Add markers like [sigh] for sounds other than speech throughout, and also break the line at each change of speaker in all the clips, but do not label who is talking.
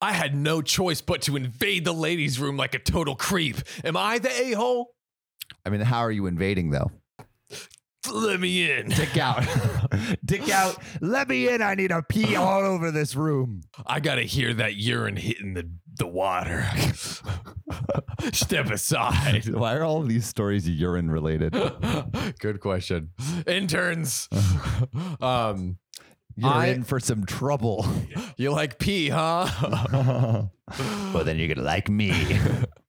I had no choice but to invade the ladies' room like a total creep. Am I the a hole?
I mean, how are you invading though?
Let me in.
Dick out. [laughs] Dick out. Let me in. I need to pee all over this room.
I gotta hear that urine hitting the, the water. [laughs] Step aside. [laughs]
Why are all of these stories urine related?
Good question. Interns. [laughs] um,
You're
I-
in for some trouble.
you like pee, huh?
[laughs]
[laughs]
well, then you're going to like me.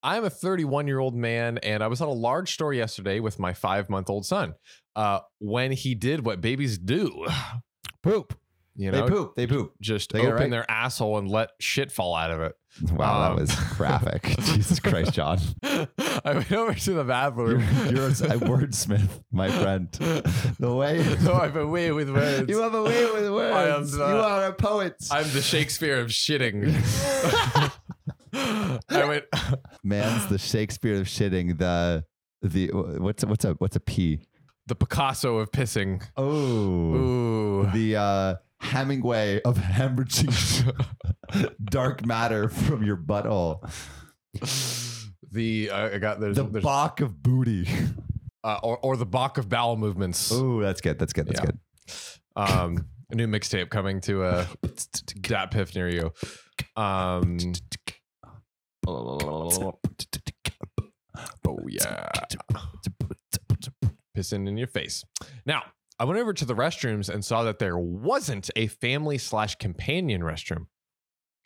I'm a 31 year old man, and I was on a large store yesterday with my five month old son. Uh, when he did what babies do,
[laughs] poop.
you
They
know,
poop. They poop.
just
They get it
open
right.
their asshole and let shit fall out of it.
Wow,
Um,
that was graphic. [laughs] Jesus Christ, [laughs] John.
[laughs] I went over to the
You're,
bathroom.
you're a a wordsmith, my friend. [laughs] The way
[laughs] so I've been way with words.
you have a way with words.
the-
you are a poet.
I'm the Shakespeare of
[laughs]
shitting. I went.
Man's the Shakespeare of shitting. The the what's a, what's a what's a p?
The Picasso of pissing.
Oh,
Ooh.
the uh, Hemingway of hemorrhaging [laughs] dark matter from your butthole.
The I I got there's,
The
there's
Bach of booty.
uh, or or the Bach of bowel movements.
Oh, that's good. That's good. That's
Yeah. Um, a new mixtape coming to a dat piff near you. Um,
Uh,
oh yeah, pissing in your face. Now I went over to the restrooms and saw that there wasn't a family slash companion restroom.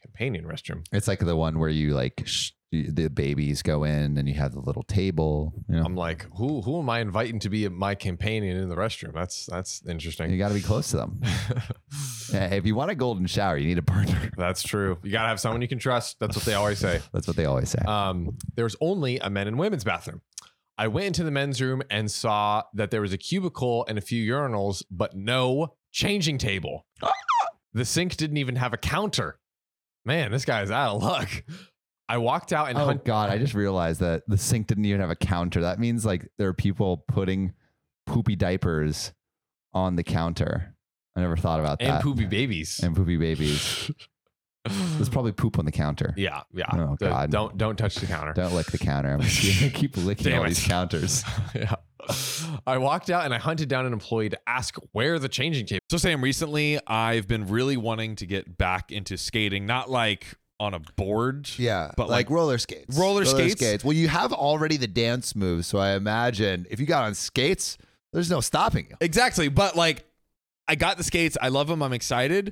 Companion restroom.
It's like the one where you like sh- the babies go in and you have the little table. You, know?
I'm like, who who am I inviting to be my companion in the restroom? That's that's
you
interesting.
got to be close to [laughs] them. Yeah, if you want a golden shower, you need a partner.
[laughs] that's true. You gotta have someone you can trust. That's what they always say.
That's what they always say.
um, there was only a men and women's bathroom. I went into the men's room and saw that there was a cubicle and a few urinals, but no changing table. the sink didn't even have a counter. Man, this guy's out of luck. I walked out and
oh
hunt-
God, I just realized that the sink didn't even have a counter. That means like there are people putting poopy diapers on the counter. I never thought about
and
that.
poopy babies.
and poopy babies.
[laughs]
There's probably poop on the counter.
yeah, yeah.
Oh,
The-
God.
Don't don't touch the
[laughs]
counter.
Don't lick the counter. I'm gonna keep licking
Damn
all
it.
these counters.
yeah. I walked out and I hunted down an employee to ask where the changing table.
So Sam, recently I've been really wanting to get back into skating, not like on a board.
Yeah,
But, like,
roller skates.
roller skates?
Well, you have already the dance moves, so I imagine if you got on skates, there's no stopping you.
Exactly, but like I got the skates, I love them, I'm excited,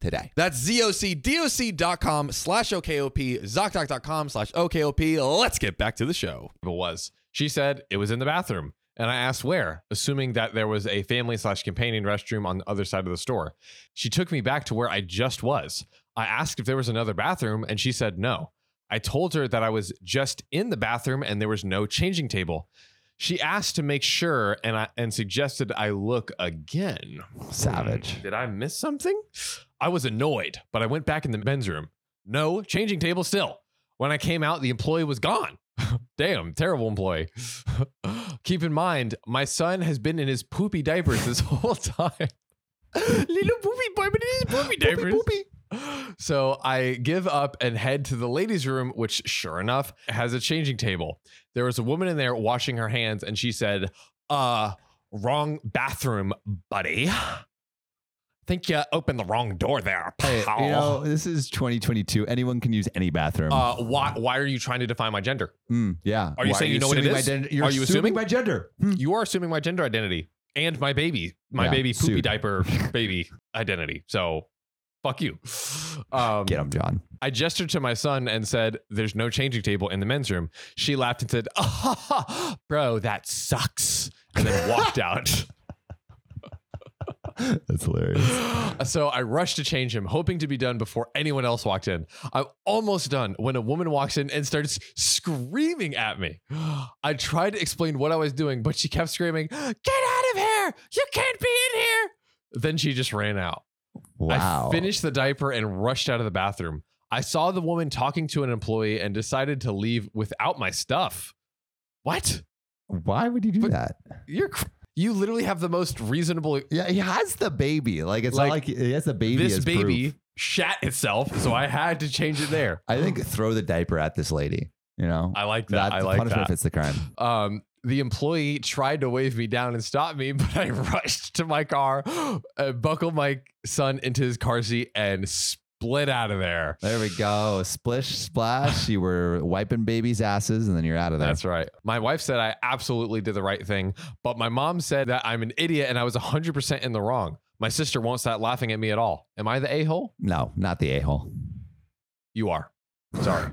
today.
That's zocdoc.com slash OKOP, ZocDoc.com slash OKOP. Let's get back to the show.
table was. She said it was in the bathroom. And I asked where, assuming that there was a family slash companion restroom on the other side of the store. She took me back to where I just was. I asked if there was another bathroom, and she said no. I told her that I was just in the bathroom and there was no changing table. She asked to make sure and I, and suggested I look again. Hmm,
Savage.
Did I miss something? I was annoyed, but I went back in the men's room. No changing table still. When I came out, the employee was gone. [laughs] Damn, terrible employee. [laughs] Keep in mind, my son has been in his [laughs] poopy diapers this whole time. Little poopy boy, but in his poopy diapers.
Poopy, poopy.
So I give up and head to the ladies' room, which sure enough has a changing table. There was a woman in there washing her hands, and she said, Uh, wrong bathroom, buddy. Think you opened the wrong door there.
Hey,
pal."
you know, this is 2022. Anyone can use any bathroom.
uh, why, why are you trying to define my gender?
Mm, yeah.
are you
Why
saying you know what it
assuming my
is?
gender- you're
Are you assuming?
my gender? Hmm.
You are assuming my gender identity and my baby, my
Yeah,
baby poopy
sued. [laughs]
diaper baby identity. So fuck you. Um,
Get him, John.
I gestured to my son and said, There's no changing table in the men's room. She laughed and said, [laughs] ah, ha, ha, Bro, that sucks. And then walked out. [laughs]
That's hilarious.
so I rushed to change him, hoping to be done before anyone else walked in. I'm almost done when a woman walks in and starts screaming at me. [gasps] I tried to explain what I was doing, but she kept screaming, Get out of here! You can't be in here! Then she just ran out.
Wow.
I finished the diaper and rushed out of the bathroom. I saw the woman talking to an employee and decided to leave without my stuff. What?
Why would you do
But-
that?
You're cr- you literally have the most reasonable.
Yeah, he has the baby. Like it's
Like,
not like he has the baby.
this
as
baby
proof.
shat itself, so I had to change it there. [gasps]
I think throw the diaper at this lady. You know,
I like that.
That's
I
the
like
punishment
that.
fits the crime.
[laughs] Um, the employee tried to wave me down and stop me, [laughs] but I rushed to my car, [gasps] uh, buckled my son into his car seat, and split out of there.
There we go. Splish splash.
[laughs]
You were wiping babies' asses, and then you're out of there.
That's right. My wife said I absolutely did the right thing, but my mom said that I'm an idiot and I was 100% in the wrong. My sister won't stop laughing at me at all. Am I the a hole?
no, not the a hole.
You are. Sorry.